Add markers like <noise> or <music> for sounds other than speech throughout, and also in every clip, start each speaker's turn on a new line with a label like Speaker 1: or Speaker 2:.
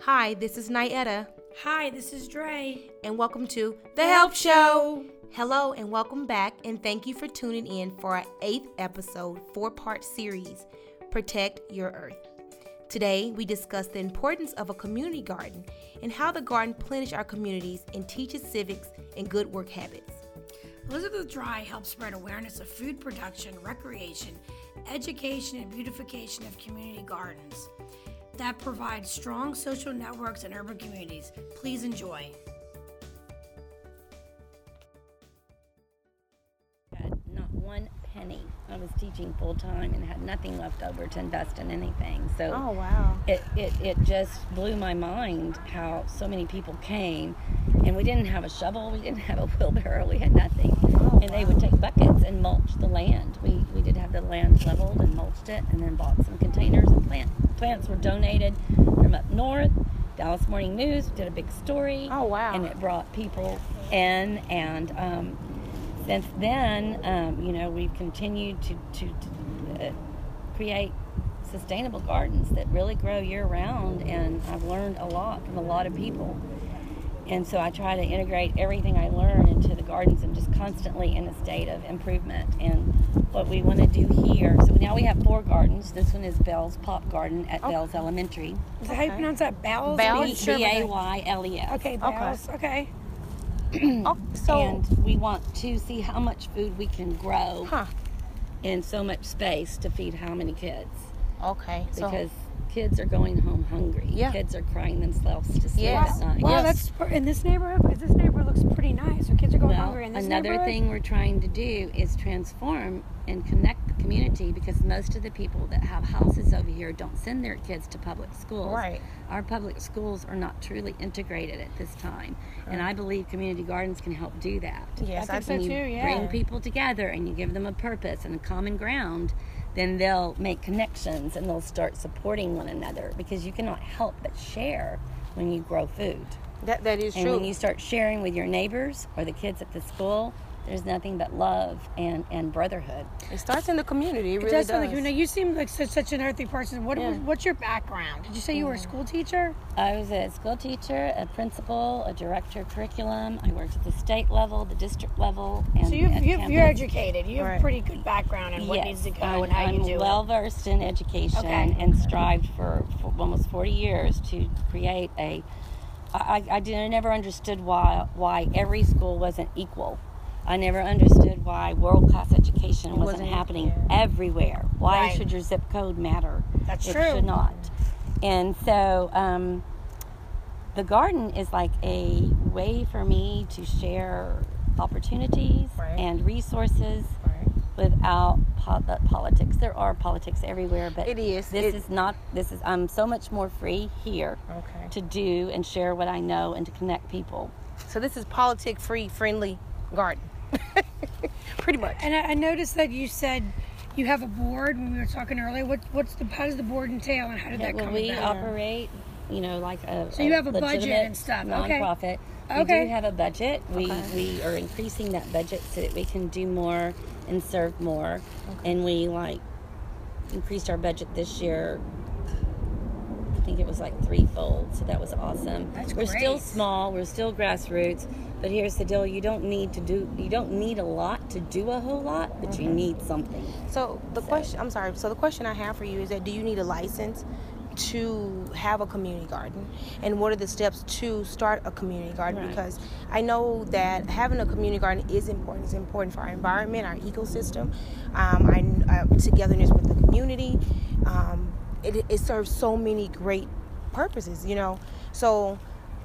Speaker 1: Hi, this is Nyetta,
Speaker 2: Hi, this is Dre.
Speaker 1: and welcome to The Help Show. Hello, and welcome back, and thank you for tuning in for our eighth episode, four part series Protect Your Earth. Today, we discuss the importance of a community garden and how the garden plenish our communities and teaches civics and good work habits.
Speaker 2: Elizabeth Dry helps spread awareness of food production, recreation, education, and beautification of community gardens that provide strong social networks in urban communities. Please enjoy.
Speaker 3: had not one penny. I was teaching full time and had nothing left over to invest in anything. So
Speaker 1: wow.
Speaker 3: it, it, it just blew my mind how so many people came and we didn't have a shovel, we didn't have a wheelbarrow, we had nothing.
Speaker 1: Oh,
Speaker 3: and they would take buckets and mulch the land. We, we did have the land leveled and mulched it and then bought some containers and plant, plants were donated from up north. Dallas Morning News did a big story.
Speaker 1: Oh, wow.
Speaker 3: And it brought people in and um, since then, um, you know, we've continued to, to, to uh, create sustainable gardens that really grow year round, and I've learned a lot from a lot of people. And so I try to integrate everything I learn into the gardens and just constantly in a state of improvement and what we want to do here. So now we have four gardens. This one is Bell's Pop Garden at
Speaker 1: Oh.
Speaker 3: Bell's Elementary.
Speaker 2: Is that how you pronounce that? Bells?
Speaker 1: Bells?
Speaker 3: B A Y L E S.
Speaker 2: Okay,
Speaker 1: Bells.
Speaker 2: Bells. Okay.
Speaker 1: Oh, so,
Speaker 3: And we want to see how much food we can grow
Speaker 1: huh.
Speaker 3: in so much space to feed how many kids
Speaker 1: Okay. So,
Speaker 3: because kids are going home hungry.
Speaker 1: Yeah.
Speaker 3: Kids are crying themselves to sleep
Speaker 1: Yes.
Speaker 3: at night.
Speaker 1: Wow,
Speaker 2: Wow,
Speaker 1: Yes. that's
Speaker 2: Oh, that's in this neighborhood. Because this neighborhood looks pretty nice. So kids are going
Speaker 3: Well,
Speaker 2: hungry in this
Speaker 3: another thing we're trying to do is transform and connect the community because most of the people that have houses over here don't send their kids to public schools.
Speaker 1: Right.
Speaker 3: Our public schools are not truly integrated at this time, and I believe community gardens can help do that.
Speaker 1: yes, I,
Speaker 2: so
Speaker 3: when you
Speaker 2: too, yeah.
Speaker 3: bring people together and you give them a purpose and a common ground, then they'll make connections and they'll start supporting one another because you cannot help but share when you grow food.
Speaker 1: that, that is
Speaker 3: And
Speaker 1: true.
Speaker 3: when you start sharing with your neighbors or the kids at the school, there's nothing but love and, and brotherhood.
Speaker 1: it starts in the community. It really
Speaker 2: Just
Speaker 1: does.
Speaker 2: like you know, you seem like such, such an earthy person. What, What's your background? Did you say you were a school teacher?
Speaker 3: I was a school teacher, a principal, a director of curriculum. I worked at the state level, the district level, and
Speaker 2: So you've,
Speaker 3: at
Speaker 2: you've, you're
Speaker 3: campus.
Speaker 2: educated. You have
Speaker 1: Right.
Speaker 2: a pretty good background in what needs to go
Speaker 3: I'm,
Speaker 2: and how
Speaker 3: I'm
Speaker 2: you do
Speaker 3: well
Speaker 2: it.
Speaker 3: versed in education
Speaker 2: Okay.
Speaker 3: and strived for, for almost 40 years to create a. I, I, I did, I never understood why why every school wasn't equal. I never understood why world class education wasn't,
Speaker 1: wasn't-
Speaker 3: happening everywhere. Why
Speaker 2: Right.
Speaker 3: should your zip code matter?
Speaker 2: That's
Speaker 3: it
Speaker 2: true.
Speaker 3: should not. And so. Um, the garden is like a way for me to share opportunities
Speaker 1: Right.
Speaker 3: and resources without po- the politics. There are politics everywhere, but
Speaker 1: It is.
Speaker 3: This
Speaker 1: It-
Speaker 3: is not. This is. I'm so much more free here
Speaker 1: Okay.
Speaker 3: to do and share what I know and to connect people.
Speaker 1: So this is politic free friendly garden. Pretty much.
Speaker 2: And I, I noticed that you said you have a board when we were talking earlier. What what's the how does the board entail and how did that
Speaker 3: Well,
Speaker 2: come
Speaker 3: we
Speaker 2: about?
Speaker 3: operate, you know, like a
Speaker 2: So you
Speaker 3: a
Speaker 2: have a budget
Speaker 3: legitimate
Speaker 2: and stuff. Okay.
Speaker 3: nonprofit. We
Speaker 2: Okay.
Speaker 3: do have a budget. We we are increasing that budget so that we can do more and serve more. And we like increased our budget this year. I think it was like threefold, so that was awesome.
Speaker 2: That's
Speaker 3: we're still
Speaker 2: great.
Speaker 3: small, we're still grassroots, but here's the deal: you don't need to do, you don't need a lot to do a whole lot, but you
Speaker 2: Mm-hmm.
Speaker 3: need something.
Speaker 1: So the question I'm sorry, so the question I have for you is that do you need a license to have a community garden? And what are the steps to start a community garden?
Speaker 3: Right.
Speaker 1: Because I know that having a community garden is important. It's important for our environment, our ecosystem, um, our uh, togetherness with the community. Um, it, it serves so many great purposes, you know. So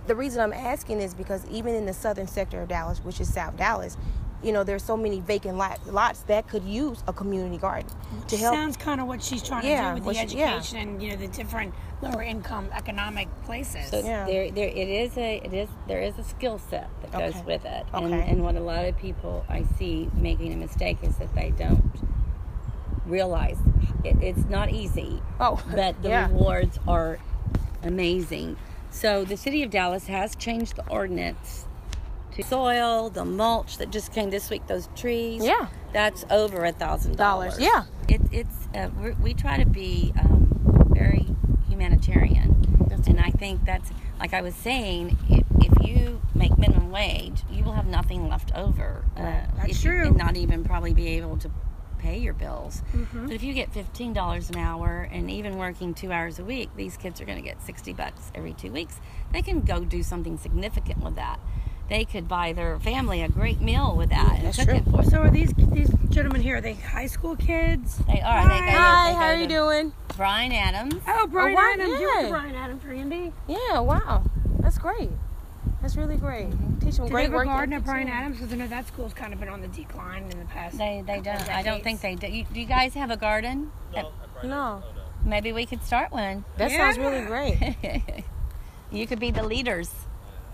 Speaker 1: the reason I'm asking is because even in the southern sector of Dallas, which is South Dallas, you know, there's so many vacant lot, lots that could use a community garden to help.
Speaker 2: Sounds kind of what she's trying
Speaker 1: Yeah,
Speaker 2: to do
Speaker 1: what
Speaker 2: with the
Speaker 1: she- yeah.
Speaker 2: education and you know the different lower income economic places.
Speaker 3: So
Speaker 1: Yeah.
Speaker 3: there, there, it is a, it is, there is a skill set that goes
Speaker 1: Okay.
Speaker 3: with it. And,
Speaker 1: Okay.
Speaker 3: and what a lot of people I see making a mistake is that they don't realize it, it's not easy.
Speaker 1: Oh, <laughs>
Speaker 3: but the
Speaker 1: yeah.
Speaker 3: rewards are amazing. So the city of Dallas has changed the ordinance to soil, the mulch that just came this week, those trees.
Speaker 1: Yeah.
Speaker 3: that's over a thousand
Speaker 1: Dollars,
Speaker 3: dollars.
Speaker 1: yeah.
Speaker 3: it, it's uh, we're, we try to be um, very humanitarian,
Speaker 1: That's
Speaker 3: and I think think that's like I was saying. If, if you make minimum wage, you will have nothing left over. Uh,
Speaker 1: That's
Speaker 3: if you-
Speaker 1: true.
Speaker 3: And not even probably be able to pay your bills.
Speaker 1: Mm-hmm.
Speaker 3: But if you get fifteen dollars an hour, and even working two hours a week, these kids are going to get sixty bucks every two weeks. They can go do something significant with that. They could buy their family a great meal with that and
Speaker 1: That's
Speaker 3: cook it
Speaker 1: true.
Speaker 3: for them.
Speaker 2: So are these these gentlemen here? Are they high school kids?
Speaker 3: They are. They go, to-
Speaker 1: Hi,
Speaker 3: they go
Speaker 1: how are you
Speaker 3: to
Speaker 1: doing?
Speaker 3: Brian Adams.
Speaker 2: Oh, Brian
Speaker 1: why
Speaker 2: Adams. You went to
Speaker 1: not?
Speaker 2: Brian Adams for Indy.
Speaker 1: Yeah, wow. That's great. That's really great. Teach them
Speaker 2: Did
Speaker 1: great
Speaker 2: they
Speaker 1: work.
Speaker 2: regard at
Speaker 1: ethic,
Speaker 2: Brian
Speaker 1: too.
Speaker 2: Adams? Because I know that school's kind of been on the decline in the past.
Speaker 3: They they don't.
Speaker 2: couple
Speaker 3: I don't think
Speaker 2: decades.
Speaker 3: they do. You, do you guys have a garden?
Speaker 1: No,
Speaker 3: Maybe we could start one.
Speaker 1: that sounds really
Speaker 2: Yeah.
Speaker 1: great.
Speaker 3: <laughs> you could be the leaders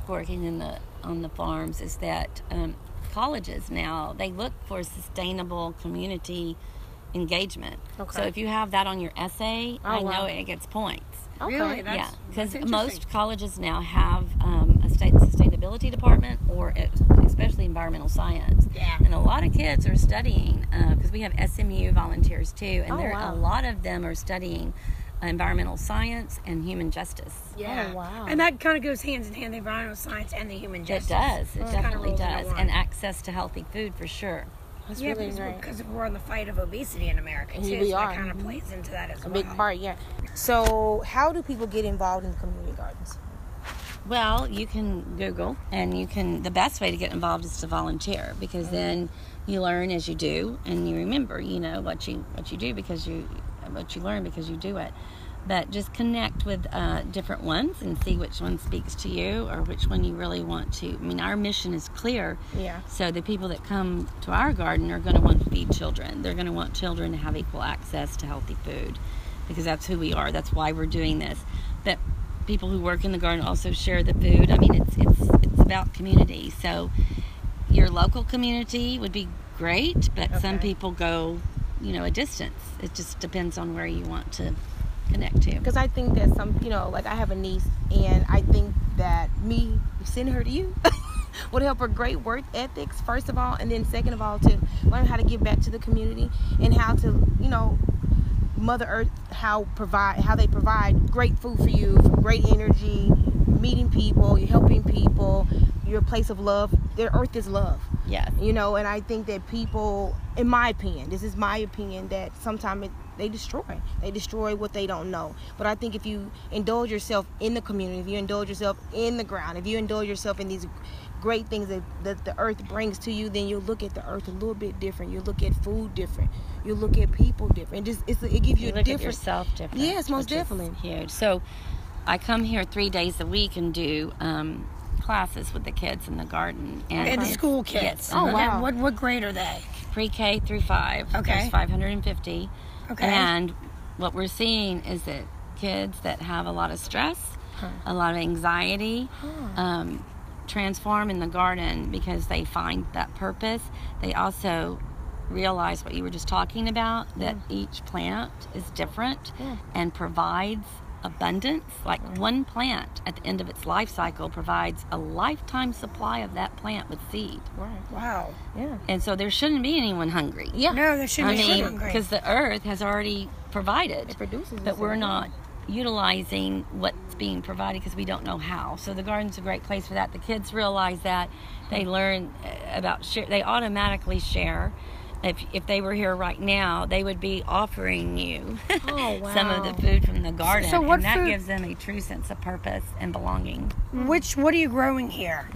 Speaker 3: working in the on the farms. Is that um, colleges now they look for sustainable community engagement. So
Speaker 1: Okay.
Speaker 3: if you have that on your essay,
Speaker 1: Oh,
Speaker 3: I
Speaker 1: wow.
Speaker 3: know it gets points.
Speaker 1: Okay.
Speaker 2: Really? That's,
Speaker 3: Yeah, because
Speaker 2: that's interesting.
Speaker 3: most colleges now have um, a state sustainability department, or ex- especially environmental science.
Speaker 2: Yeah.
Speaker 3: And a lot of kids are studying because we have SMU volunteers too, and
Speaker 1: Oh,
Speaker 3: there
Speaker 1: wow.
Speaker 3: a lot of them are studying environmental science and human justice.
Speaker 2: Yeah.
Speaker 1: Oh, wow.
Speaker 2: And that kind of goes hands in hand the environmental science and the human justice.
Speaker 3: It does. It
Speaker 2: It's kinda
Speaker 3: definitely
Speaker 2: rolled into
Speaker 3: does,
Speaker 2: one.
Speaker 3: and access to healthy food for sure.
Speaker 1: That's
Speaker 2: yeah,
Speaker 1: really
Speaker 2: because, we're,
Speaker 1: great.
Speaker 2: because we're on the fight of obesity in America too.
Speaker 1: Yeah, we
Speaker 2: so
Speaker 1: are.
Speaker 2: that kind of plays into that as
Speaker 1: A
Speaker 2: well.
Speaker 1: big part, yeah. So, how do people get involved in community gardens?
Speaker 3: Well, you can Google, and you can. The best way to get involved is to volunteer because then you learn as you do, and you remember, you know, what you what you do because you what you learn because you do it. But just connect with uh, different ones and see which one speaks to you or which one you really want to. I mean, our mission is clear.
Speaker 1: Yeah.
Speaker 3: So the people that come to our garden are going to want to feed children. They're going to want children to have equal access to healthy food because that's who we are. That's why we're doing this. But people who work in the garden also share the food. I mean, it's it's it's about community. So your local community would be great, but some
Speaker 1: Okay.
Speaker 3: people go, you know, a distance. It just depends on where you want to connect to.
Speaker 1: Because I think that some, you know, like I have a niece, and I think that me sending her to you <laughs> would help her great work ethics, first of all, and then second of all, to learn how to give back to the community and how to, you know, Mother Earth, how provide, how they provide great food for you, great energy, meeting people, you're helping people, you're a place of love. Their Earth is love.
Speaker 3: Yes.
Speaker 1: you know and i think that people in my opinion this is my opinion that sometimes they destroy they destroy what they don't know but i think if you indulge yourself in the community if you indulge yourself in the ground if you indulge yourself in these great things that, that the earth brings to you then you'll look at the earth a little bit different you look at food different you look at people different just it's, it gives you, a
Speaker 3: you look at
Speaker 1: different
Speaker 3: yourself different.
Speaker 1: Yes, most
Speaker 3: which is
Speaker 1: definitely.
Speaker 3: Huge. So I come here three days a week and do um, classes with the kids in the garden and,
Speaker 2: And the school kids.
Speaker 3: Yes.
Speaker 1: Oh,
Speaker 2: Okay,
Speaker 1: wow.
Speaker 2: What what grade are they?
Speaker 3: pre-K through five.
Speaker 2: Okay.
Speaker 3: There's 550.
Speaker 2: Okay.
Speaker 3: And what we're seeing is that kids that have a lot of stress, a lot of anxiety, um, transform in the garden because they find that purpose. They also realize what you were just talking about that each plant is different and provides abundance like one plant at the end of its life cycle provides a lifetime supply of that plant with seed
Speaker 1: right
Speaker 2: Wow.
Speaker 1: yeah
Speaker 3: and so there shouldn't be anyone hungry
Speaker 1: yeah
Speaker 2: No, there shouldn't
Speaker 3: I
Speaker 2: be
Speaker 3: mean,
Speaker 2: children grade.
Speaker 3: because the earth has already provided,
Speaker 1: it produces
Speaker 3: but we're
Speaker 1: itself.
Speaker 3: not utilizing what's being provided because we don't know how. So the garden's a great place for that. The kids realize that they learn uh, about share. They automatically share. If if they were here right now, they would be offering you
Speaker 1: Oh,
Speaker 3: <laughs> some of the
Speaker 1: wow.
Speaker 3: food from the garden,
Speaker 2: so what
Speaker 3: and that
Speaker 2: food-
Speaker 3: gives them a true sense of purpose and belonging.
Speaker 2: Which what are you growing here?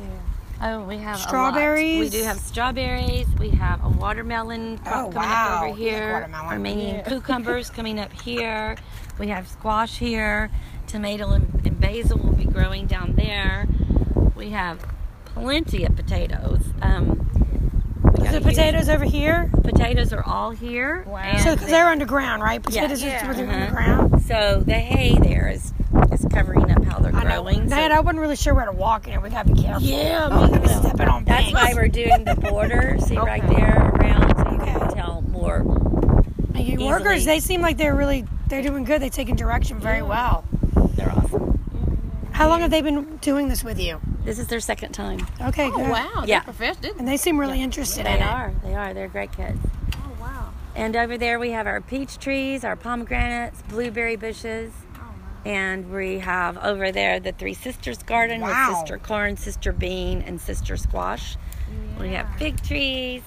Speaker 3: Oh, we have a lot.
Speaker 2: Strawberries?
Speaker 3: We do have strawberries. We have a watermelon crop
Speaker 2: Oh,
Speaker 3: coming
Speaker 2: wow.
Speaker 3: up over
Speaker 2: You like
Speaker 3: here.
Speaker 2: watermelon?
Speaker 3: Armenian
Speaker 2: <laughs>
Speaker 3: cucumbers coming up here. We have squash here. Tomato and, and basil will be growing down there. We have plenty of potatoes. Um, we
Speaker 2: So
Speaker 3: gotta
Speaker 2: the
Speaker 3: use-
Speaker 2: potatoes over here.
Speaker 3: Potatoes are all here.
Speaker 1: Wow.
Speaker 3: and
Speaker 2: So
Speaker 3: they-
Speaker 2: because they're underground, right? Potatoes
Speaker 3: yeah,
Speaker 2: are
Speaker 3: uh-huh.
Speaker 2: underground.
Speaker 3: so the hay there is is covering up how they're
Speaker 2: I know.
Speaker 3: growing. so-
Speaker 2: Dad, I wasn't really sure where to walk in it. We gotta be careful.
Speaker 1: yeah
Speaker 2: Oh,
Speaker 1: me
Speaker 2: you're
Speaker 1: too.
Speaker 2: stepping on
Speaker 3: That's
Speaker 2: things.
Speaker 3: why we're doing the border. See right
Speaker 1: Okay.
Speaker 3: there around, so you can
Speaker 2: Okay.
Speaker 3: tell more
Speaker 2: And your
Speaker 3: easily-
Speaker 2: workers, they seem like they're really they're doing good. They're taking direction very well.
Speaker 3: They're awesome.
Speaker 2: How long have they been doing this with you?
Speaker 3: This is their second time.
Speaker 2: Okay,
Speaker 1: Oh,
Speaker 2: good.
Speaker 1: wow
Speaker 3: Yeah.
Speaker 1: they're professional
Speaker 2: And they seem really interested in
Speaker 3: They
Speaker 2: it.
Speaker 3: are. They are. They're great kids.
Speaker 1: oh wow
Speaker 3: And over there we have our peach trees, our pomegranates, blueberry bushes.
Speaker 1: oh wow
Speaker 3: And we have over there the Three Sisters Garden
Speaker 1: Wow.
Speaker 3: with Sister Corn, Sister Bean, and Sister Squash. We have fig trees.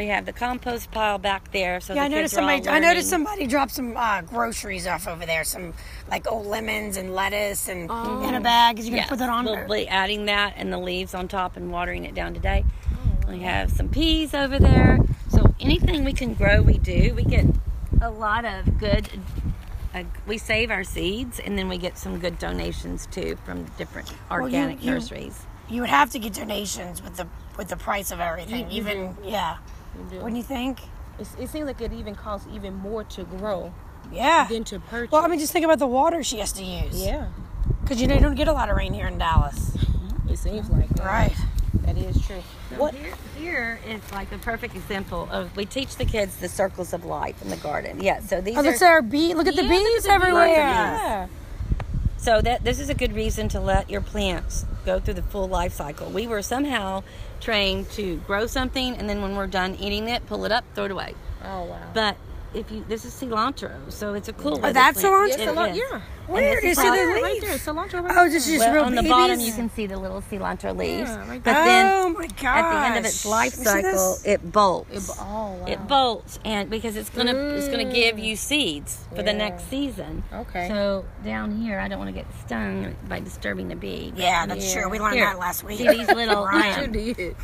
Speaker 3: We have the compost pile back there. So
Speaker 2: Yeah,
Speaker 3: the
Speaker 2: I noticed
Speaker 3: kids are all
Speaker 2: somebody. I noticed
Speaker 3: learning.
Speaker 2: somebody dropped some uh, groceries off over there. Some like old lemons and lettuce and
Speaker 3: Oh.
Speaker 2: in a bag. 'cause You can
Speaker 3: Yes,
Speaker 2: put that on.
Speaker 3: We'll be adding that and the leaves on top and watering it down today. We have some peas over there. So anything we can grow, we do. We get a lot of good. Uh, we save our seeds and then we get some good donations too from different
Speaker 2: you-
Speaker 3: organic
Speaker 2: you-
Speaker 3: nurseries.
Speaker 2: You would have to get donations with the with the price of everything. Even yeah, wouldn't you think?
Speaker 1: It, it seems like it even costs even more to grow
Speaker 2: Yeah.
Speaker 1: than to purchase.
Speaker 2: Well, I mean, just think about the water she has to use.
Speaker 1: yeah,
Speaker 2: Because you know, you don't get a lot of rain here in Dallas.
Speaker 1: it seems like that.
Speaker 2: Right.
Speaker 1: That is true. What?
Speaker 3: Here, here is like a perfect example of we teach the kids the circles of life in the garden. Yeah, so these
Speaker 2: Oh,
Speaker 3: are
Speaker 2: look at our bee. Look at the
Speaker 3: Yeah, look at
Speaker 2: bees
Speaker 3: the bees.
Speaker 2: everywhere.
Speaker 1: Yeah.
Speaker 3: So that this is a good reason to let your plants go through the full life cycle. We were somehow trained to grow something and then when we're done eating it, pull it up, throw it away.
Speaker 1: Oh wow.
Speaker 3: But if you this is cilantro, so it's a cool. way to
Speaker 2: Oh, that's
Speaker 3: plant-
Speaker 2: cilantro?
Speaker 3: It
Speaker 1: Cilantro,
Speaker 3: is.
Speaker 1: yeah.
Speaker 3: And
Speaker 2: Where
Speaker 3: this
Speaker 2: is it?
Speaker 3: how-
Speaker 2: The
Speaker 1: right
Speaker 2: leaves.
Speaker 1: there, cilantro. Right
Speaker 2: Oh,
Speaker 1: there.
Speaker 2: just just
Speaker 3: Well,
Speaker 2: real
Speaker 3: on the
Speaker 2: babies.
Speaker 3: bottom you can see the little cilantro leaves.
Speaker 1: Yeah, right
Speaker 3: but
Speaker 1: there.
Speaker 3: then
Speaker 2: oh my gosh!
Speaker 3: at the end of its life
Speaker 2: You see this?
Speaker 3: cycle, it bolts.
Speaker 1: It, oh wow.
Speaker 3: It bolts and because it's gonna it's gonna give
Speaker 2: Mm.
Speaker 3: you seeds for the next season.
Speaker 1: Okay.
Speaker 3: So down here, I don't want to get stung by disturbing the bee. but
Speaker 2: Yeah, that's
Speaker 1: Yeah.
Speaker 2: true. We learned
Speaker 3: Here.
Speaker 2: that last week.
Speaker 3: See these
Speaker 2: <laughs>
Speaker 3: little.
Speaker 1: You
Speaker 3: um,
Speaker 1: did.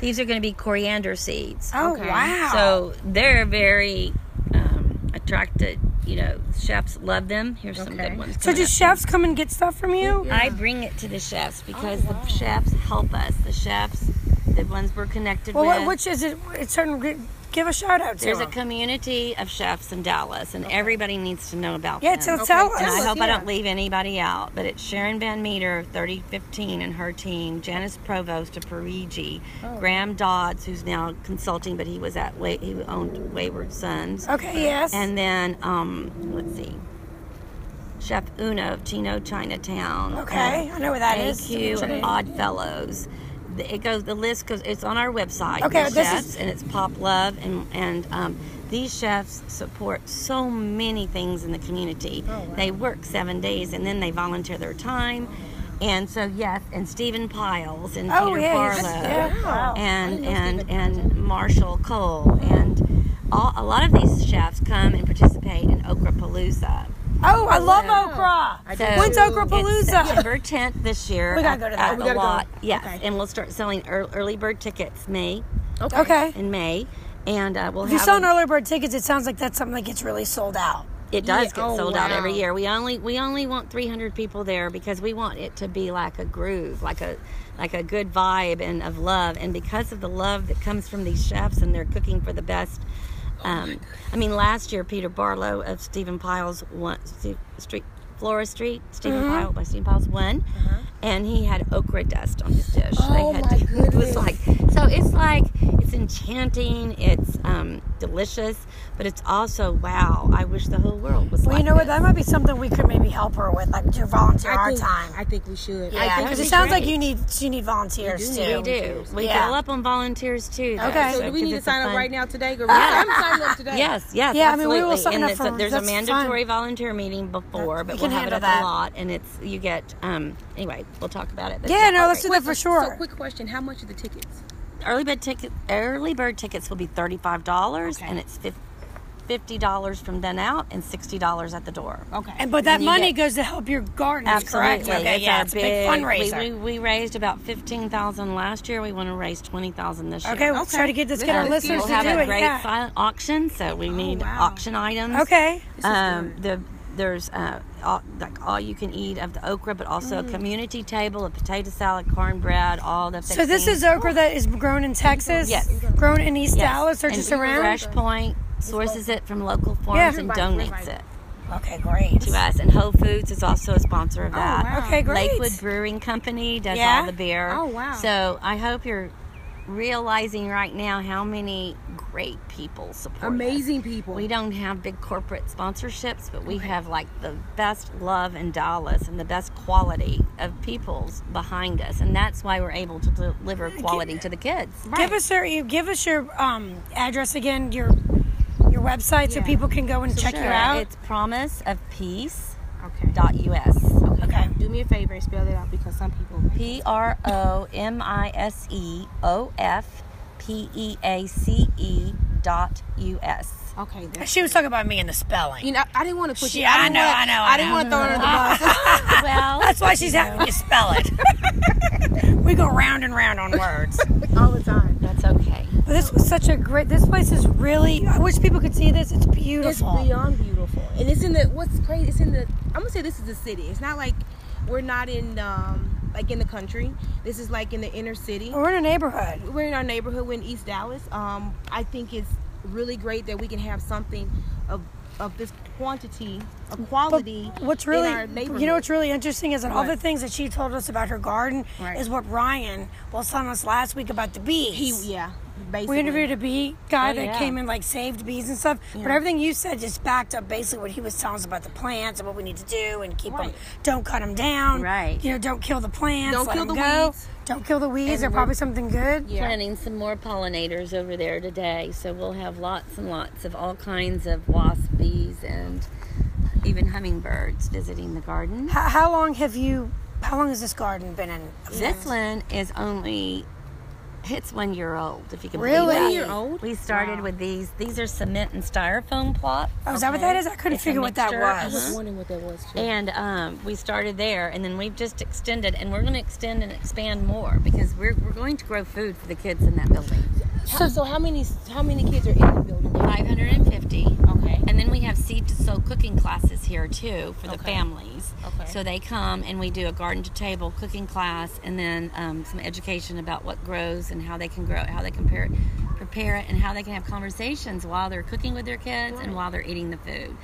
Speaker 3: these are going to be coriander seeds.
Speaker 2: Oh
Speaker 1: Okay.
Speaker 2: wow!
Speaker 3: So they're very um, attracted. You know, chefs love them. Here's some
Speaker 1: Okay.
Speaker 3: good ones.
Speaker 2: so
Speaker 3: coming
Speaker 2: do chefs come and get stuff from you?
Speaker 3: I bring it to the chefs
Speaker 2: Oh,
Speaker 3: because the chefs help us. The chefs, the ones we're connected
Speaker 2: Well,
Speaker 3: with.
Speaker 2: what, which is it? It's certain. Give a shout out to
Speaker 3: There's a
Speaker 2: them.
Speaker 3: community of chefs in Dallas, and everybody needs to know about
Speaker 2: yeah,
Speaker 3: them.
Speaker 2: tell, tell
Speaker 1: Okay,
Speaker 2: us.
Speaker 3: And I
Speaker 1: us,
Speaker 3: hope I
Speaker 1: yeah.
Speaker 3: don't leave anybody out, but it's Sharon Van Meter, 3015, and her team, Janice Provost of Parigi,
Speaker 2: Oh.
Speaker 3: Graham Dodds, who's now consulting, but he was at Way- he owned Wayward Sons,
Speaker 2: okay, Oh, yes.
Speaker 3: and then um, let's see, Chef Una of Chino Chinatown.
Speaker 2: okay,
Speaker 1: um,
Speaker 2: I know where that is.
Speaker 3: AQ and Odd Fellows. The- It goes. The list goes. It's on our website.
Speaker 2: Okay,
Speaker 3: the
Speaker 2: this
Speaker 3: chefs,
Speaker 2: is-
Speaker 3: and it's Pop Love, and and um, these chefs support so many things in the community.
Speaker 2: Oh,
Speaker 3: They work seven days, and then they volunteer their time. And so yes, and Stephen Piles and
Speaker 2: Oh
Speaker 3: Peter
Speaker 2: yeah,
Speaker 3: Barlow
Speaker 2: yeah. Wow.
Speaker 3: and and and Marshall Cole and all, a lot of these chefs come and participate in Okra Palooza.
Speaker 2: Oh, I love okra.
Speaker 3: So
Speaker 2: When's Okra
Speaker 3: It's <laughs>
Speaker 2: Palooza?
Speaker 3: September 10th this year.
Speaker 2: We gotta
Speaker 3: at-
Speaker 2: go to
Speaker 3: At
Speaker 2: that. We
Speaker 3: the
Speaker 1: gotta go.
Speaker 3: lot. Yes,
Speaker 1: Okay.
Speaker 3: and we'll start selling ear- early bird tickets May
Speaker 1: Okay.
Speaker 2: Okay.
Speaker 3: in May, and uh, we'll
Speaker 2: If
Speaker 3: have.
Speaker 2: you're selling
Speaker 3: them-
Speaker 2: early bird tickets, it sounds like that's something that gets really sold out.
Speaker 3: it does
Speaker 1: Yeah,
Speaker 3: get
Speaker 1: oh,
Speaker 3: sold out every
Speaker 1: wow.
Speaker 3: year. We only we only want 300 people there because we want it to be like a groove, like a like a good vibe and of love. And because of the love that comes from these chefs and they're cooking for the best.
Speaker 1: Oh
Speaker 3: Um, I mean, last year Peter Barlow of Stephen Piles won Ste- Street Flora Street Stephen
Speaker 1: Mm-hmm.
Speaker 3: Pyle by Stephen Piles won, and he had okra dust on his dish.
Speaker 1: Uh-huh. Oh, my
Speaker 3: <laughs> It was
Speaker 1: goodness.
Speaker 3: like so. It's like it's enchanting. It's um, delicious, but it's also wow. I wish the whole world was.
Speaker 2: Well,
Speaker 3: like
Speaker 2: you know what?
Speaker 3: this.
Speaker 2: That might be something we could maybe help her with, like to volunteer
Speaker 1: I
Speaker 2: our
Speaker 1: think,
Speaker 2: time.
Speaker 1: I think we should. I
Speaker 2: yeah,
Speaker 1: think
Speaker 2: because
Speaker 3: that'd
Speaker 2: it
Speaker 3: be
Speaker 2: sounds like
Speaker 3: great.
Speaker 2: you need you need volunteers
Speaker 1: We do
Speaker 2: too.
Speaker 3: we do. We
Speaker 2: Yeah.
Speaker 3: call up on volunteers too. though,
Speaker 2: Okay.
Speaker 1: So, do we
Speaker 3: 'cause
Speaker 1: need to
Speaker 3: it's a
Speaker 1: sign up
Speaker 3: fun-
Speaker 1: right now today? Girl? I'm signing up today.
Speaker 3: Yes, yes,
Speaker 2: Yeah, I mean, we
Speaker 3: absolutely.
Speaker 2: will sign
Speaker 3: and
Speaker 2: up
Speaker 3: it's
Speaker 2: for-
Speaker 3: a, there's a
Speaker 2: that's fine.
Speaker 3: mandatory volunteer meeting before, but
Speaker 2: we
Speaker 3: we'll
Speaker 2: can
Speaker 3: have it
Speaker 2: handle
Speaker 3: at
Speaker 2: that.
Speaker 3: the lot, and it's you get um anyway. We'll talk about it.
Speaker 2: Yeah, no, let's
Speaker 3: do.
Speaker 2: do that for
Speaker 1: So,
Speaker 2: sure.
Speaker 1: quick question: How much are the tickets?
Speaker 3: early bird ticket early bird tickets will be thirty five dollars
Speaker 1: Okay.
Speaker 3: and it's fif- fifty dollars from then out and sixty dollars at the door.
Speaker 1: Okay.
Speaker 2: And but that
Speaker 3: you
Speaker 2: money
Speaker 3: get-
Speaker 2: goes to help your garden.
Speaker 3: Absolutely,
Speaker 2: correct? Okay,
Speaker 3: it's
Speaker 2: yeah,
Speaker 3: our
Speaker 2: it's a big fundraiser.
Speaker 3: We, we, we raised about fifteen thousand last year. We want to raise twenty thousand this year.
Speaker 2: okay, we'll
Speaker 1: Okay.
Speaker 2: try to get this, get
Speaker 1: Yeah,
Speaker 2: our
Speaker 1: let's
Speaker 2: listeners
Speaker 3: We'll
Speaker 2: to
Speaker 3: have
Speaker 2: do
Speaker 3: a
Speaker 2: it.
Speaker 3: great
Speaker 2: yeah.
Speaker 3: silent auction, so we need
Speaker 1: wow.
Speaker 3: auction items.
Speaker 2: Okay.
Speaker 3: Um, the there's uh, all, like all you can eat of the okra, but also
Speaker 2: Mm.
Speaker 3: a community table, a potato salad, cornbread, all the.
Speaker 2: So this
Speaker 3: fixings.
Speaker 2: is okra that is grown in Texas.
Speaker 3: Yes.
Speaker 2: Grown in East
Speaker 3: Yes.
Speaker 2: Dallas or
Speaker 3: And
Speaker 2: just around.
Speaker 3: Fresh Point sources it from local farms and
Speaker 1: Everybody,
Speaker 3: donates
Speaker 1: everybody.
Speaker 3: it
Speaker 2: Okay, great.
Speaker 3: to us. And Whole Foods is also a sponsor of that.
Speaker 1: wow.
Speaker 2: Oh, Okay, great.
Speaker 3: Lakewood Brewing Company does
Speaker 2: Yeah?
Speaker 3: all the beer.
Speaker 1: Oh, wow.
Speaker 3: So I hope you're realizing right now how many great people support us.
Speaker 1: Amazing people.
Speaker 3: We don't have big corporate sponsorships, but we have like the best love in Dallas and the best quality of people's behind us, and that's why we're able to deliver quality to the kids.
Speaker 2: Give us your you give us your um, address again, your your website so people can go and check you
Speaker 3: Sure.
Speaker 2: out.
Speaker 3: It's promise of peace
Speaker 1: Okay.
Speaker 3: dot us.
Speaker 1: Okay. Do me a favor and spell it out because some people.
Speaker 3: P R O M I S E O F P E A C E dot U
Speaker 1: <laughs>
Speaker 3: S.
Speaker 1: Okay. That's,
Speaker 2: She was talking about me and the spelling.
Speaker 1: you know, I didn't want to put you.
Speaker 2: She- I
Speaker 1: didn't
Speaker 2: know,
Speaker 1: wanna-
Speaker 2: I know, I
Speaker 1: I didn't
Speaker 2: know.
Speaker 1: want to throw her under <laughs> the bus.
Speaker 3: Well,
Speaker 2: That's why she's having you spell it. <laughs> we go round and round on words.
Speaker 1: all the time.
Speaker 3: that's okay.
Speaker 2: But this was such a great. This place is really. I wish people could see this. It's
Speaker 1: It's
Speaker 2: beautiful.
Speaker 1: beyond beautiful, and it's in the. What's crazy? It's in the. I'm gonna say this is the city. It's not like we're not in um like in the country. This is like in the inner city.
Speaker 2: We're in a neighborhood.
Speaker 1: We're in our neighborhood. We're in East Dallas. Um, I think it's really great that we can have something of of this quantity, of
Speaker 2: But
Speaker 1: quality.
Speaker 2: what's really,
Speaker 1: in our neighborhood.
Speaker 2: you know, what's really interesting is that all
Speaker 1: What?
Speaker 2: the things that she told us about her garden
Speaker 1: Right.
Speaker 2: is what Ryan was telling us last week about the bees.
Speaker 1: he yeah. Basically,
Speaker 2: we interviewed a bee guy
Speaker 3: Oh,
Speaker 2: that
Speaker 3: yeah.
Speaker 2: came and like saved bees and stuff. But everything you said just backed up basically what he was telling us about the plants and what we need to do and keep
Speaker 1: Right.
Speaker 2: them. Don't cut them down.
Speaker 3: Right.
Speaker 2: You know, don't kill the plants.
Speaker 1: Don't
Speaker 2: let
Speaker 1: kill
Speaker 2: 'em
Speaker 1: the
Speaker 2: go.
Speaker 1: weeds.
Speaker 2: Don't kill the weeds.
Speaker 1: And
Speaker 2: They're
Speaker 1: we're-
Speaker 2: probably something good.
Speaker 1: Yeah.
Speaker 3: Planting some more pollinators over there today, so we'll have lots and lots of all kinds of wasp bees and even hummingbirds visiting the garden.
Speaker 2: How, how long have you? How long has this garden been in?
Speaker 3: This one is only it's one year old, if you can
Speaker 2: Really?
Speaker 3: believe that.
Speaker 2: One year
Speaker 1: old?
Speaker 3: We started with these. These are cement and styrofoam plots.
Speaker 2: Oh, is that what that is? I couldn't
Speaker 3: It's a
Speaker 2: figure what that
Speaker 3: mixture.
Speaker 2: was.
Speaker 1: I was wondering what that was too.
Speaker 3: And um, we started there, and then we've just extended, and we're going to extend and expand more because we're, we're going to grow food for the kids in that building.
Speaker 1: So, so how many how many kids are in the building?
Speaker 3: 550.
Speaker 1: Okay.
Speaker 3: And then we have seed to sow cooking classes here too for the families.
Speaker 1: Okay.
Speaker 3: So they come and we do a garden to table cooking class, and then um, some education about what grows and how they can grow it, how they compare it, prepare it, and how they can have conversations while they're cooking with their kids and while they're eating the food.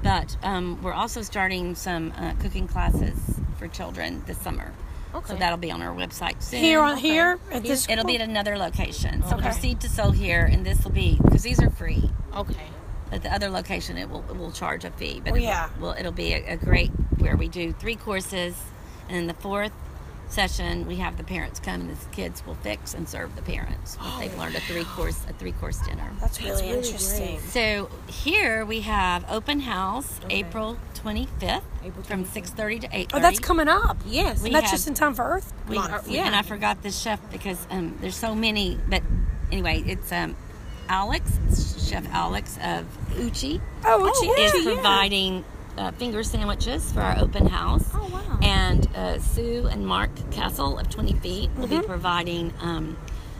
Speaker 3: But um, we're also starting some uh, cooking classes for children this summer. So
Speaker 1: Okay.
Speaker 3: that'll be on our website soon.
Speaker 2: Here on here at this.
Speaker 3: It'll be at another location. So
Speaker 2: Okay.
Speaker 3: there's seed to sow here, and this will be because these are free.
Speaker 1: Okay.
Speaker 3: At the other location, it will it will charge a fee, but
Speaker 2: Well,
Speaker 3: it will-
Speaker 2: Oh, yeah.
Speaker 3: will, it'll be a, a great where we do three courses, and in the fourth session we have the parents come and the kids will fix and serve the
Speaker 2: <gasps>
Speaker 3: parents what they've learned a three course a three course dinner.
Speaker 2: That's really, interesting.
Speaker 3: So here we have open house April twenty fifth from six thirty to eight
Speaker 2: Oh,
Speaker 3: thirty.
Speaker 2: that's coming up.
Speaker 1: Yes.
Speaker 3: We
Speaker 2: and that's
Speaker 3: have-
Speaker 2: just in time for Earth
Speaker 3: We,
Speaker 2: Month.
Speaker 3: yeah, and I forgot the chef because um, there's so many. But anyway, it's um, Alex, Chef Alex of Uchi.
Speaker 2: Oh, Uchi,
Speaker 3: is
Speaker 2: yeah, yeah.
Speaker 3: providing uh, finger sandwiches for our open house.
Speaker 1: Oh, wow.
Speaker 3: And uh, Sue and Mark Castle of 20 Feet will
Speaker 2: Mm-hmm.
Speaker 3: be providing um,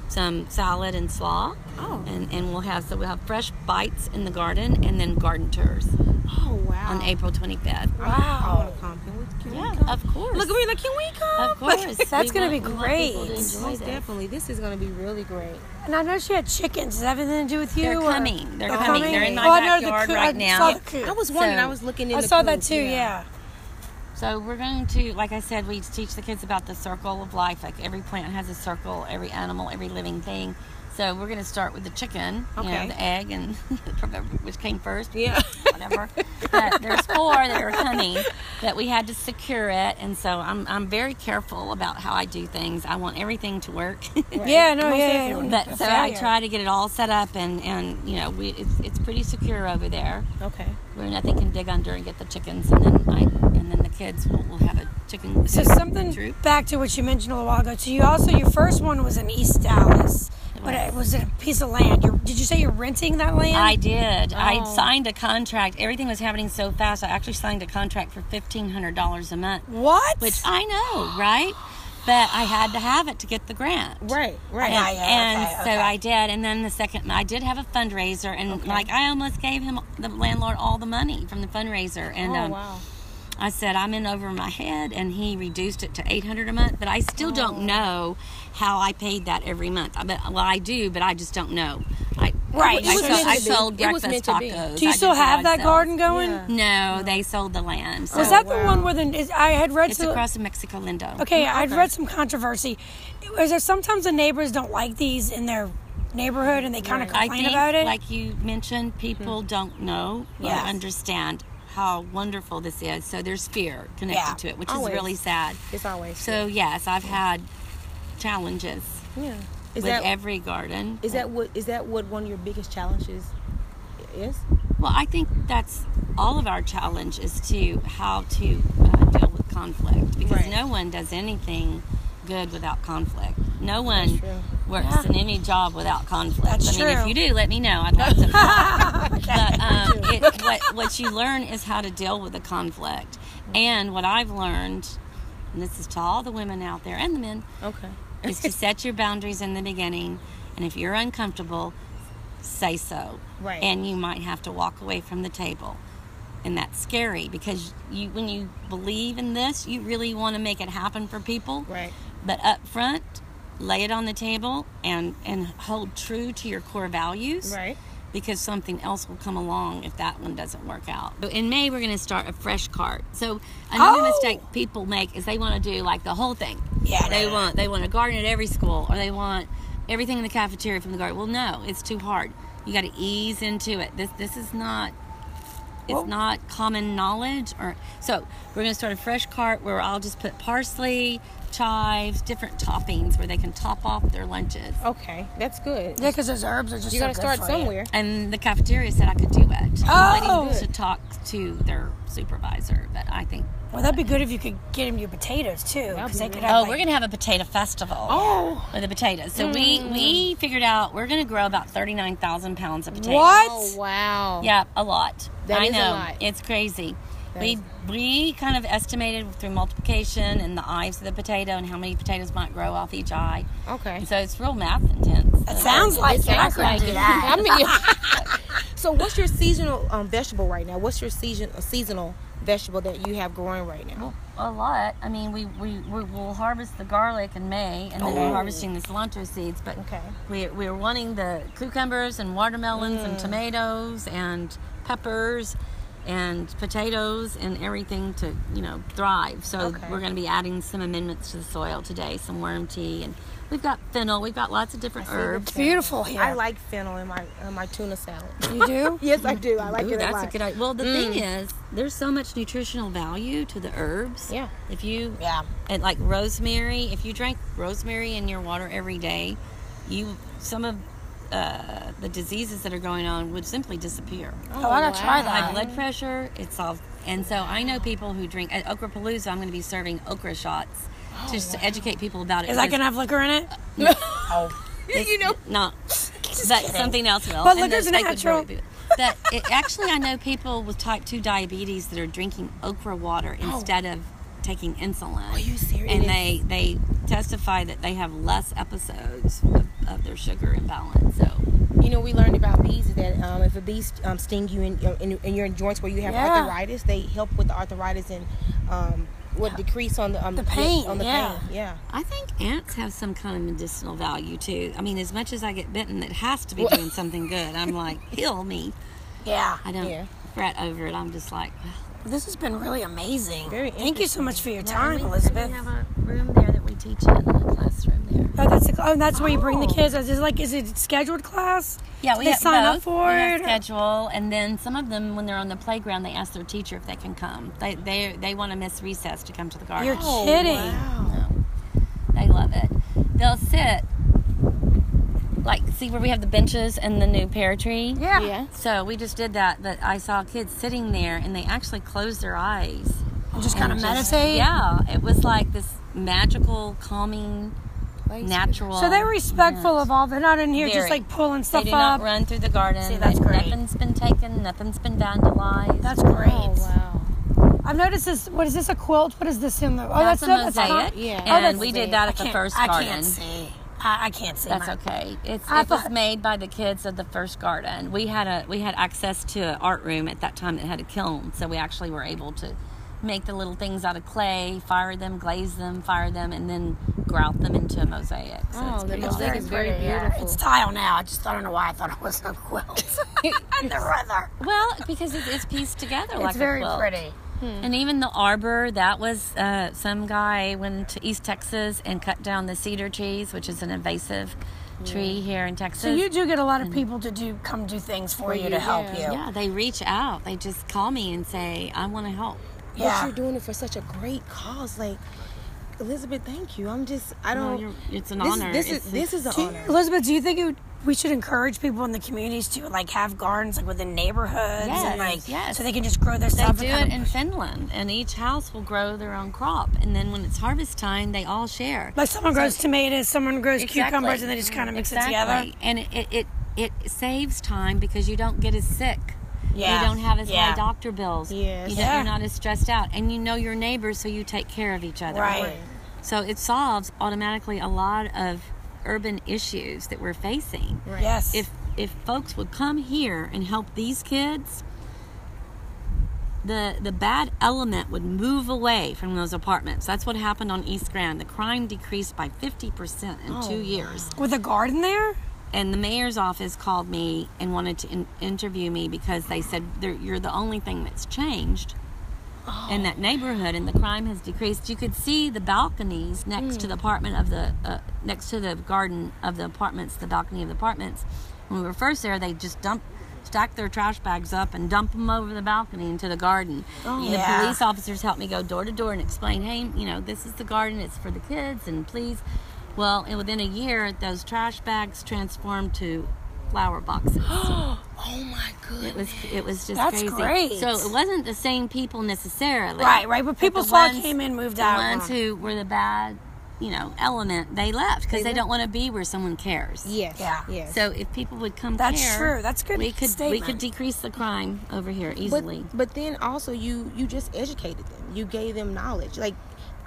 Speaker 3: some salad and slaw.
Speaker 1: Oh.
Speaker 3: And, and we'll have so we'll have fresh bites in the garden and then garden tours
Speaker 1: Oh wow. Oh.
Speaker 3: on April 25th.
Speaker 2: Oh,
Speaker 1: I want to come. Can we, can we
Speaker 3: Yeah,
Speaker 1: come?
Speaker 3: of course.
Speaker 1: Look at me, like, can we come?
Speaker 3: Of course.
Speaker 2: That's
Speaker 3: We want-
Speaker 2: gonna be
Speaker 3: we want people
Speaker 2: great.
Speaker 3: to enjoy
Speaker 1: Most
Speaker 3: this.
Speaker 1: definitely. This is going to be really great.
Speaker 2: And I know she had chickens. Does that have anything to do with you?
Speaker 3: They're
Speaker 2: or-
Speaker 3: coming. They're
Speaker 2: Oh.
Speaker 3: coming. They're in my
Speaker 2: Oh, I know the
Speaker 3: backyard
Speaker 2: coo-
Speaker 3: right
Speaker 2: I
Speaker 3: now.
Speaker 2: Saw the coo.
Speaker 1: I was wondering.
Speaker 3: So-
Speaker 1: I was looking in
Speaker 2: I
Speaker 1: the
Speaker 2: saw that
Speaker 1: coop,
Speaker 2: too. Yeah.
Speaker 3: So we're going to, like I said, we teach the kids about the circle of life. Like every plant has a circle, every animal, every living thing. So we're going to start with the chicken, you know,
Speaker 1: Okay.
Speaker 3: the egg, and <laughs> which came first.
Speaker 1: Yeah.
Speaker 3: <laughs> Whatever. but there's four that are coming that we had to secure it, and so I'm I'm very careful about how I do things. I want everything to work. <laughs>
Speaker 2: Yeah. No.
Speaker 1: Most
Speaker 2: yeah, yeah,
Speaker 1: definitely.
Speaker 3: but so I
Speaker 2: Fair.
Speaker 3: try to get it all set up, and and you know, we it's it's pretty secure over there
Speaker 1: Okay.
Speaker 3: where nothing can dig under and get the chickens, and then I, and then the kids will, will have a chicken.
Speaker 2: So
Speaker 3: coop
Speaker 2: something
Speaker 3: troop.
Speaker 2: back to what you mentioned a little while ago. So you also your first one was in East Dallas, but it was a piece of land. You're, did you say you're renting that land?
Speaker 3: I did. I
Speaker 1: Oh.
Speaker 3: signed a contract. Everything was happening so fast. I actually signed a contract for fifteen hundred dollars a month,
Speaker 2: what?
Speaker 3: which
Speaker 1: <gasps>
Speaker 3: I know, right? But I had to have it to get the grant.
Speaker 1: Right. Right.
Speaker 2: Yeah,
Speaker 3: And,
Speaker 2: yeah,
Speaker 3: and
Speaker 2: okay,
Speaker 3: so
Speaker 2: okay.
Speaker 3: I did, and then the second, I did have a fundraiser, and like I almost gave him the landlord all the money from the fundraiser, and
Speaker 1: Oh
Speaker 3: um,
Speaker 1: wow.
Speaker 3: I said I'm in over my head, and he reduced it to 800 a month. But I still
Speaker 2: Oh.
Speaker 3: don't know how I paid that every month. I bet, well, I do, but I just don't know. I,
Speaker 2: Right.
Speaker 3: I,
Speaker 2: It was
Speaker 3: sold,
Speaker 2: meant
Speaker 3: I
Speaker 1: to be.
Speaker 3: sold
Speaker 1: It was
Speaker 3: breakfast
Speaker 1: meant to be.
Speaker 3: tacos.
Speaker 2: do you
Speaker 3: I
Speaker 2: still
Speaker 3: did
Speaker 2: have that
Speaker 3: yard
Speaker 2: garden
Speaker 3: sales.
Speaker 2: going?
Speaker 1: Yeah.
Speaker 3: No, they sold the land. So
Speaker 2: Was that the
Speaker 1: wow.
Speaker 2: one where the is, I had read
Speaker 3: It's
Speaker 2: some-
Speaker 3: across from Mexico Lindo.
Speaker 2: Okay, I'd read some controversy. Is there sometimes the neighbors don't like these in their neighborhood and they kind of
Speaker 3: I
Speaker 2: complain
Speaker 3: think,
Speaker 2: about it? Hmm.
Speaker 3: like you mentioned, people don't know or
Speaker 2: Yes.
Speaker 3: understand how wonderful this is. So there's fear connected
Speaker 2: Yeah.
Speaker 3: to it, which
Speaker 1: Always.
Speaker 3: is really sad.
Speaker 1: It's always
Speaker 3: So yes, I've had challenges
Speaker 1: Yeah. Is
Speaker 3: with
Speaker 1: that
Speaker 3: every garden.
Speaker 1: Oh. is that what is that what one of your biggest challenges is?
Speaker 3: Well, I think that's all of our challenge is to how to uh, deal with conflict because
Speaker 1: Right.
Speaker 3: no one does anything good without conflict. No
Speaker 1: That's
Speaker 3: one
Speaker 1: true.
Speaker 3: works in any job without conflict.
Speaker 1: That's
Speaker 3: I mean,
Speaker 1: true.
Speaker 3: if you do, let me know. I'd
Speaker 1: <laughs>
Speaker 3: love to. but um, it, what what you learn is how to deal with the conflict. And what I've learned, and this is to all the women out there and the men,
Speaker 1: Okay.
Speaker 3: is to set your boundaries in the beginning. And if you're uncomfortable, say so.
Speaker 1: Right.
Speaker 3: And you might have to walk away from the table. And that's scary because you, when you believe in this, you really want to make it happen for people.
Speaker 1: Right.
Speaker 3: But up front, lay it on the table and, and hold true to your core values
Speaker 1: Right.
Speaker 3: because something else will come along if that one doesn't work out. So In May, we're going to start a fresh cart. So another
Speaker 2: Oh!
Speaker 3: mistake people make is they want to do like the whole thing.
Speaker 2: Yeah.
Speaker 3: They want they want a garden at every school, or they want everything in the cafeteria from the garden. Well, no, it's too hard. You got to ease into it. This this is not. It's not common knowledge, or so we're going to start a fresh cart where I'll just put parsley, chives, different toppings where they can top off their lunches.
Speaker 1: Okay. That's good.
Speaker 2: Yeah, because those herbs are just
Speaker 1: you
Speaker 2: so
Speaker 1: got to
Speaker 2: good
Speaker 1: start
Speaker 2: for you.
Speaker 1: somewhere.
Speaker 3: And the cafeteria said I could do it.
Speaker 2: Oh!
Speaker 3: I to talk to their supervisor, but I think.
Speaker 2: Well, that'd be good if you could get him your potatoes too, because they could have.
Speaker 3: Oh,
Speaker 2: like-
Speaker 3: we're gonna have a potato festival.
Speaker 1: Oh.
Speaker 3: With the potatoes, so we we figured out we're gonna grow about thirty nine thousand pounds of potatoes.
Speaker 2: What?
Speaker 1: Oh wow.
Speaker 3: Yeah, a lot.
Speaker 1: That
Speaker 3: I
Speaker 1: is a
Speaker 3: know
Speaker 1: lot.
Speaker 3: it's crazy.
Speaker 1: That
Speaker 3: we
Speaker 1: is-
Speaker 3: we kind of estimated through multiplication and the eyes of the potato and how many potatoes might grow off each eye.
Speaker 1: Okay.
Speaker 3: So it's real math intense.
Speaker 2: It sounds like it. I
Speaker 3: sounds
Speaker 2: couldn't
Speaker 3: like
Speaker 2: do
Speaker 3: it.
Speaker 2: that.
Speaker 1: <laughs> I mean, <laughs> so what's your seasonal um, vegetable right now? What's your season seasonal vegetable that you have growing right now?
Speaker 3: Well, a lot. I mean, we we we will harvest the garlic in May, and then we're harvesting the cilantro seeds. But
Speaker 1: Oh. Okay.
Speaker 3: we we're wanting the cucumbers and watermelons
Speaker 1: Mm.
Speaker 3: and tomatoes and peppers and potatoes and everything to you know thrive. So
Speaker 1: Okay.
Speaker 3: we're going to be adding some amendments to the soil today, some worm tea, and we've got fennel. We've got lots of different herbs.
Speaker 2: It's beautiful here.
Speaker 1: I like fennel in my in my tuna salad.
Speaker 2: <laughs> You do?
Speaker 1: yes, I do. I like
Speaker 3: Ooh,
Speaker 1: it a
Speaker 3: that's
Speaker 1: lot. Mm.
Speaker 3: a good idea. Well, the thing is, there's so much nutritional value to the herbs.
Speaker 1: Yeah.
Speaker 3: If you
Speaker 2: Yeah.
Speaker 3: and like rosemary, if you drank rosemary in your water every day, you some of uh, the diseases that are going on would simply disappear.
Speaker 2: Oh, I gotta try
Speaker 3: High
Speaker 2: that.
Speaker 3: blood pressure, it solves. And so I know people who drink at Okra-Palooza. I'm going to be serving okra shots
Speaker 2: Oh,
Speaker 3: just to educate people about it.
Speaker 2: Is that
Speaker 3: because
Speaker 2: gonna have liquor in it? Oh.
Speaker 1: <laughs>
Speaker 3: it's
Speaker 1: you know.
Speaker 3: not, but something else will.
Speaker 2: But
Speaker 3: And
Speaker 2: liquor's
Speaker 3: those- they could
Speaker 2: natural.
Speaker 3: really be- But <laughs> it, actually, I know people with type two diabetes that are drinking okra water instead of taking insulin. Are
Speaker 1: Oh. you serious?
Speaker 3: And they they testify that they have less episodes of, of their sugar imbalance. So
Speaker 1: You know, we learned about bees is that um, if a bee st- um, sting you in, in in your joints where you have
Speaker 2: Yeah.
Speaker 1: arthritis, they help with the arthritis and um, what decrease on the um,
Speaker 2: The pain,
Speaker 1: on the
Speaker 2: yeah.
Speaker 1: pain. Yeah.
Speaker 3: I think ants have some kind of medicinal value too. I mean, as much as I get bitten, it has to be doing something good. I'm like, heal me.
Speaker 2: Yeah.
Speaker 3: I don't
Speaker 1: <laughs> Yeah.
Speaker 3: fret over it. I'm just like, well,
Speaker 2: This has been really amazing.
Speaker 1: Very
Speaker 2: Thank you so much for your time,
Speaker 3: we-
Speaker 2: Elizabeth.
Speaker 3: We have a room there that we teach in, a classroom there.
Speaker 2: Oh, that's a, cl- oh, that's where you bring the
Speaker 3: Oh.
Speaker 2: kids. Is it like is it scheduled class?
Speaker 3: Yeah,
Speaker 2: Do
Speaker 3: we
Speaker 2: they
Speaker 3: have
Speaker 2: sign up
Speaker 3: both.
Speaker 2: for
Speaker 3: we have
Speaker 2: it?
Speaker 3: schedule, and then some of them, when they're on the playground, they ask their teacher if they can come. They they they want to miss recess to come to the garden.
Speaker 2: You're kidding.
Speaker 3: No. They love it. They'll sit like see where we have the benches and the new pear tree.
Speaker 2: Yeah.
Speaker 1: Yeah.
Speaker 3: So we just did that, but I saw kids sitting there, and they actually closed their eyes.
Speaker 2: And just kind of
Speaker 3: and just-
Speaker 2: meditate.
Speaker 3: Yeah, it was like this magical, calming, natural.
Speaker 2: So they're respectful
Speaker 3: moment.
Speaker 2: of all. They're not in here just
Speaker 3: Very.
Speaker 2: like pulling stuff
Speaker 3: They do
Speaker 2: up.
Speaker 3: not run through the garden.
Speaker 2: See, that's
Speaker 3: They-
Speaker 2: great.
Speaker 3: Nothing's been taken. Nothing's been vandalized.
Speaker 2: That's great.
Speaker 1: Oh wow.
Speaker 2: I've noticed this. What is this? A quilt? What is this in the? Oh,
Speaker 3: that's, a
Speaker 2: not-
Speaker 3: mosaic.
Speaker 2: not-
Speaker 1: yeah.
Speaker 3: And
Speaker 1: Oh, that's
Speaker 3: we
Speaker 1: mosaic.
Speaker 3: did that
Speaker 2: I
Speaker 3: at the
Speaker 2: can't-
Speaker 3: first
Speaker 2: I
Speaker 3: garden.
Speaker 2: can't see. I, I can't see.
Speaker 3: That's
Speaker 2: mine.
Speaker 3: okay. It's
Speaker 2: I
Speaker 3: it was
Speaker 2: thought-
Speaker 3: made by the kids of the first garden. We had a we had access to an art room at that time that had a kiln, so we actually were able to make the little things out of clay, fire them, glaze them, fire them, and then grout them into a mosaic. So it's
Speaker 1: Oh, the
Speaker 3: pretty
Speaker 1: mosaic
Speaker 3: awesome.
Speaker 1: is very
Speaker 2: Yeah,
Speaker 1: beautiful.
Speaker 2: It's tile now. I just I don't know why I thought it was
Speaker 3: <laughs>
Speaker 2: a quilt. and the weather.
Speaker 3: Well, because it is pieced together like
Speaker 2: it's very
Speaker 3: a quilt. Hmm.
Speaker 2: pretty.
Speaker 3: And even the arbor, that was uh, some guy went to East Texas and cut down the cedar trees, which is an invasive tree here in Texas.
Speaker 2: So you do get a lot
Speaker 3: mm-hmm.
Speaker 2: of people to do come do things for you to help you.
Speaker 3: yeah, they reach out. They just call me and say, I want to help.
Speaker 1: But
Speaker 2: Yeah.
Speaker 1: you're doing it for such a great cause. Like, Elizabeth, thank you. I'm just I
Speaker 3: No,
Speaker 1: don't.
Speaker 3: you're- it's an
Speaker 1: this,
Speaker 3: honor.
Speaker 1: This is
Speaker 3: It's-
Speaker 1: this is an
Speaker 2: Do you-
Speaker 1: honor.
Speaker 2: Elizabeth, do you think it would, we should encourage people in the communities to like have gardens like within neighborhoods
Speaker 3: Yes,
Speaker 2: and like
Speaker 3: yes.
Speaker 2: so they can just grow their
Speaker 3: They
Speaker 2: stuff?
Speaker 3: do
Speaker 2: and
Speaker 3: it
Speaker 2: kind of-
Speaker 3: in Finland, and each house will grow their own crop. And then when it's harvest time, they all share.
Speaker 2: like someone grows tomatoes, someone grows cucumbers,
Speaker 3: Exactly.
Speaker 2: and they just kind of mix
Speaker 3: exactly.
Speaker 2: it together.
Speaker 3: And it, it, it, it saves time because you don't get as sick.
Speaker 2: Yeah.
Speaker 3: You don't have as
Speaker 2: Yeah.
Speaker 3: high doctor bills.
Speaker 1: Yes.
Speaker 3: You
Speaker 2: Yeah.
Speaker 3: are not as stressed out. And you know your neighbors, so you take care of each other.
Speaker 2: Right. Right.
Speaker 3: So it solves automatically a lot of urban issues that we're facing. Right.
Speaker 2: Yes.
Speaker 3: If, if folks would come here and help these kids, the, the bad element would move away from those apartments. That's what happened on East Grand. The crime decreased by 50%
Speaker 2: Oh,
Speaker 3: in two years
Speaker 2: with a garden there,
Speaker 3: and the mayor's office called me and wanted to in- interview me because they said "There- you're the only thing that's changed in that neighborhood and the crime has decreased you could see the balconies next to the apartment of the uh, next to the garden of the apartments the balcony of the apartments when we were first there they just dumped stacked their trash bags up and dump them over the balcony into the garden the
Speaker 2: Yeah.
Speaker 3: police officers helped me go door to door and explain hey you know this is the garden it's for the kids and please well, and within a year, those trash bags transformed to flower boxes.
Speaker 1: Oh my
Speaker 3: It
Speaker 1: goodness.
Speaker 3: was it was just
Speaker 2: That's
Speaker 3: crazy.
Speaker 2: great.
Speaker 3: So it wasn't the same people necessarily.
Speaker 2: right? Right. But people
Speaker 3: the
Speaker 2: saw it
Speaker 3: ones-
Speaker 2: came in, moved
Speaker 3: The
Speaker 2: out.
Speaker 3: ones who were the bad, you know, element, they left because
Speaker 1: They
Speaker 3: they don't want to be where someone cares.
Speaker 1: Yes.
Speaker 2: Yeah.
Speaker 1: Yes.
Speaker 3: So if people would come
Speaker 2: That's
Speaker 3: care,
Speaker 2: true. That's a good
Speaker 3: We could we could
Speaker 2: statement.
Speaker 3: decrease the crime over here
Speaker 1: but,
Speaker 3: easily.
Speaker 1: but then also you you just educated them. You gave them knowledge. Like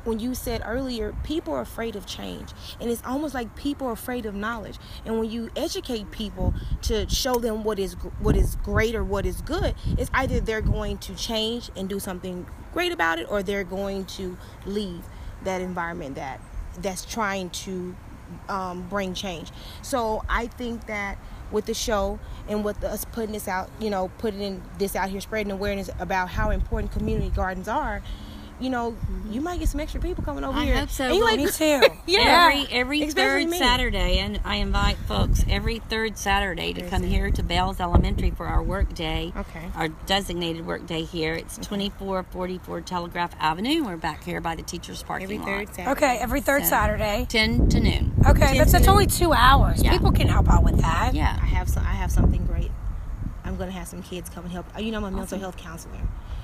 Speaker 1: when you said earlier, people are afraid of change, and it's almost like people are afraid of knowledge. And when you educate people to show them what is gr- what is great or what is good, it's either they're going to change and do something great about it, or they're going to leave that environment that that's trying to um, bring change. So I think that with the show and with us putting this out, you know, putting this out here, spreading awareness about how important community gardens are, you know, you might get some extra people coming over
Speaker 3: I
Speaker 1: here.
Speaker 3: hope so.
Speaker 1: And you
Speaker 3: Well,
Speaker 1: like,
Speaker 2: me
Speaker 1: <laughs>
Speaker 2: too.
Speaker 3: Every every
Speaker 1: Especially
Speaker 3: third
Speaker 1: me.
Speaker 3: Saturday, and I invite folks every third Saturday to come here to Bales Elementary for our work day.
Speaker 1: Okay.
Speaker 3: Our designated work day here. It's 2444 Telegraph Avenue. We're back here by the teachers' parking
Speaker 1: Every
Speaker 3: lot.
Speaker 1: third Saturday.
Speaker 2: Okay, every third
Speaker 3: So-
Speaker 2: Saturday.
Speaker 3: 10 to noon.
Speaker 2: Okay, that's that's only two hours.
Speaker 3: Yeah.
Speaker 2: People can help out with that.
Speaker 1: I
Speaker 3: Yeah.
Speaker 1: have some. I have something great. I'm gonna have some kids come and help. You know, I'm a mental health counselor.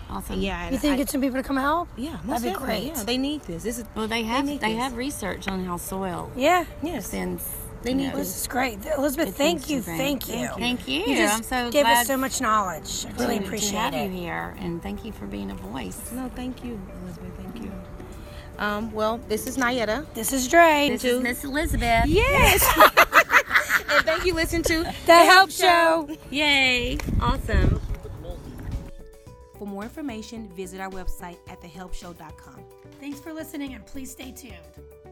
Speaker 3: Awesome.
Speaker 1: Yeah. and
Speaker 2: You think
Speaker 1: I-
Speaker 2: get some people to come help?
Speaker 1: Yeah, most
Speaker 2: that'd be
Speaker 1: definitely,
Speaker 2: great.
Speaker 1: Yeah, they need this. This is
Speaker 3: Well, they have
Speaker 1: need
Speaker 3: they
Speaker 1: this.
Speaker 3: have research on how soil
Speaker 2: Yeah.
Speaker 1: yes.
Speaker 3: sends.
Speaker 1: They
Speaker 3: you
Speaker 1: need
Speaker 3: know,
Speaker 1: this.
Speaker 2: This is great. Elizabeth,
Speaker 3: It
Speaker 2: thank
Speaker 3: seems to
Speaker 2: you,
Speaker 3: bring-
Speaker 2: thank you.
Speaker 3: thank you. Thank you.
Speaker 2: You just
Speaker 3: I'm so
Speaker 2: gave us
Speaker 3: glad
Speaker 2: so much knowledge. I
Speaker 3: to-
Speaker 2: really
Speaker 3: to
Speaker 2: appreciate
Speaker 3: have
Speaker 2: it.
Speaker 3: you here, and thank you for being a voice.
Speaker 1: No, thank you, Elizabeth. Thank you. Um, well, this is Nayetta.
Speaker 2: This is Dre.
Speaker 3: This is Miss Elizabeth.
Speaker 1: Yes.
Speaker 3: <laughs>
Speaker 1: and thank you, listen to.
Speaker 2: the Help Show.
Speaker 3: Yay! Awesome.
Speaker 4: For more information, visit our website at thehelpshow.com.
Speaker 2: Thanks for listening and please stay tuned.